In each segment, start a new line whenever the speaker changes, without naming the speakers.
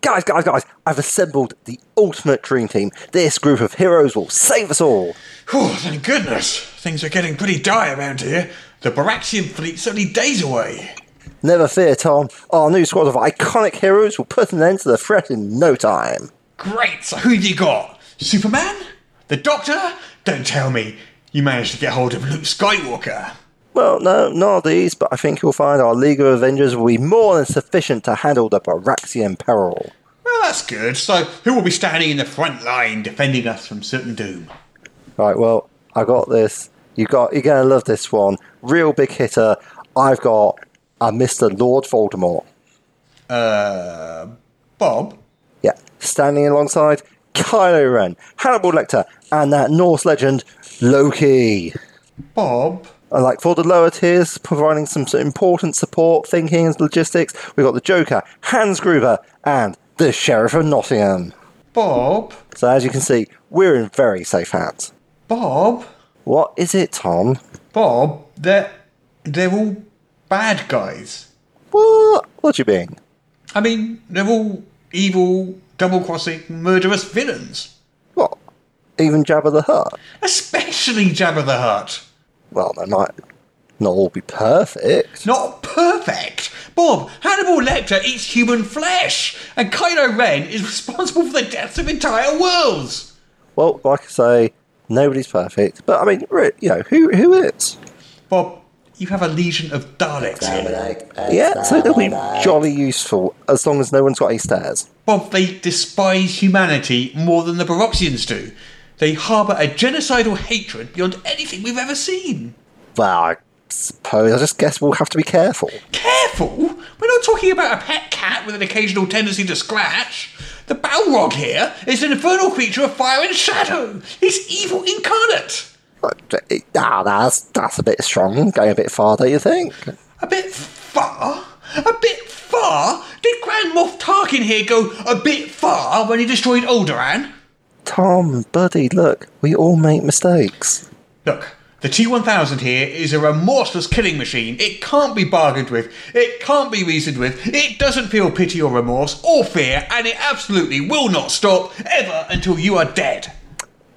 guys, guys, guys, I've assembled the ultimate dream team. This group of heroes will save us all.
Whew, thank goodness. Things are getting pretty dire around here. The Baraxian fleet's only days away.
Never fear, Tom. Our new squad of iconic heroes will put an end to the threat in no time.
Great, so who've you got? Superman? The Doctor? Don't tell me. You managed to get hold of Luke Skywalker.
Well, no, none of these, but I think you'll find our League of Avengers will be more than sufficient to handle the Baraxian peril.
Well, that's good. So, who will be standing in the front line defending us from certain doom?
Right, well, I got this. You got you're gonna love this one. Real big hitter. I've got a Mr. Lord Voldemort.
Uh, Bob?
Yeah. Standing alongside Kylo Ren, Hannibal Lecter, and that Norse legend, Loki.
Bob?
And like for the lower tiers, providing some s- important support, thinking and logistics, we've got the Joker, Hans Gruber, and the Sheriff of Nottingham.
Bob?
So as you can see, we're in very safe hands.
Bob?
What is it, Tom?
Bob? They're, they're all bad guys.
What? What do you mean?
I mean, they're all evil, double crossing, murderous villains.
What? Even Jabba the Hutt?
Especially Jabba the Hutt.
Well, they might not all be perfect.
Not perfect. Bob, Hannibal Lecter eats human flesh, and Kylo Ren is responsible for the deaths of entire worlds.
Well, like I say, nobody's perfect. But I mean, re- you know, who who is?
Bob, you have a legion of Daleks here.
Yeah, so they'll be jolly useful as long as no one's got any stairs.
Bob, they despise humanity more than the Baroxians do. They harbour a genocidal hatred beyond anything we've ever seen.
Well, I suppose I just guess we'll have to be careful.
Careful! We're not talking about a pet cat with an occasional tendency to scratch. The Balrog here is an infernal creature of fire and shadow. He's evil incarnate.
But, uh, Ah, that's that's a bit strong. Going a bit far, don't you think?
A bit far? A bit far? Did Grand Moff Tarkin here go a bit far when he destroyed Alderaan?
Tom, buddy, look, we all make mistakes.
Look, the T1000 here is a remorseless killing machine. It can't be bargained with, it can't be reasoned with, it doesn't feel pity or remorse or fear, and it absolutely will not stop ever until you are dead.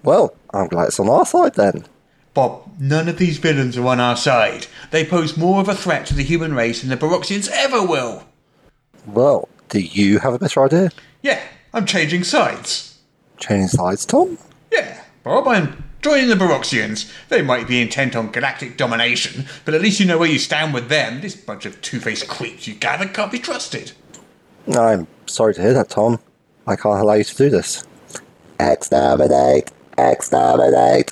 Well, I'm glad it's on our side then.
Bob, none of these villains are on our side. They pose more of a threat to the human race than the Baroxians ever will.
Well, do you have a better idea?
Yeah, I'm changing sides.
Changing sides, Tom?
Yeah, Bob, I'm joining the Baroxians. They might be intent on galactic domination, but at least you know where you stand with them. This bunch of two faced creeps you gather can't be trusted.
I'm sorry to hear that, Tom. I can't allow you to do this. Exterminate! Exterminate!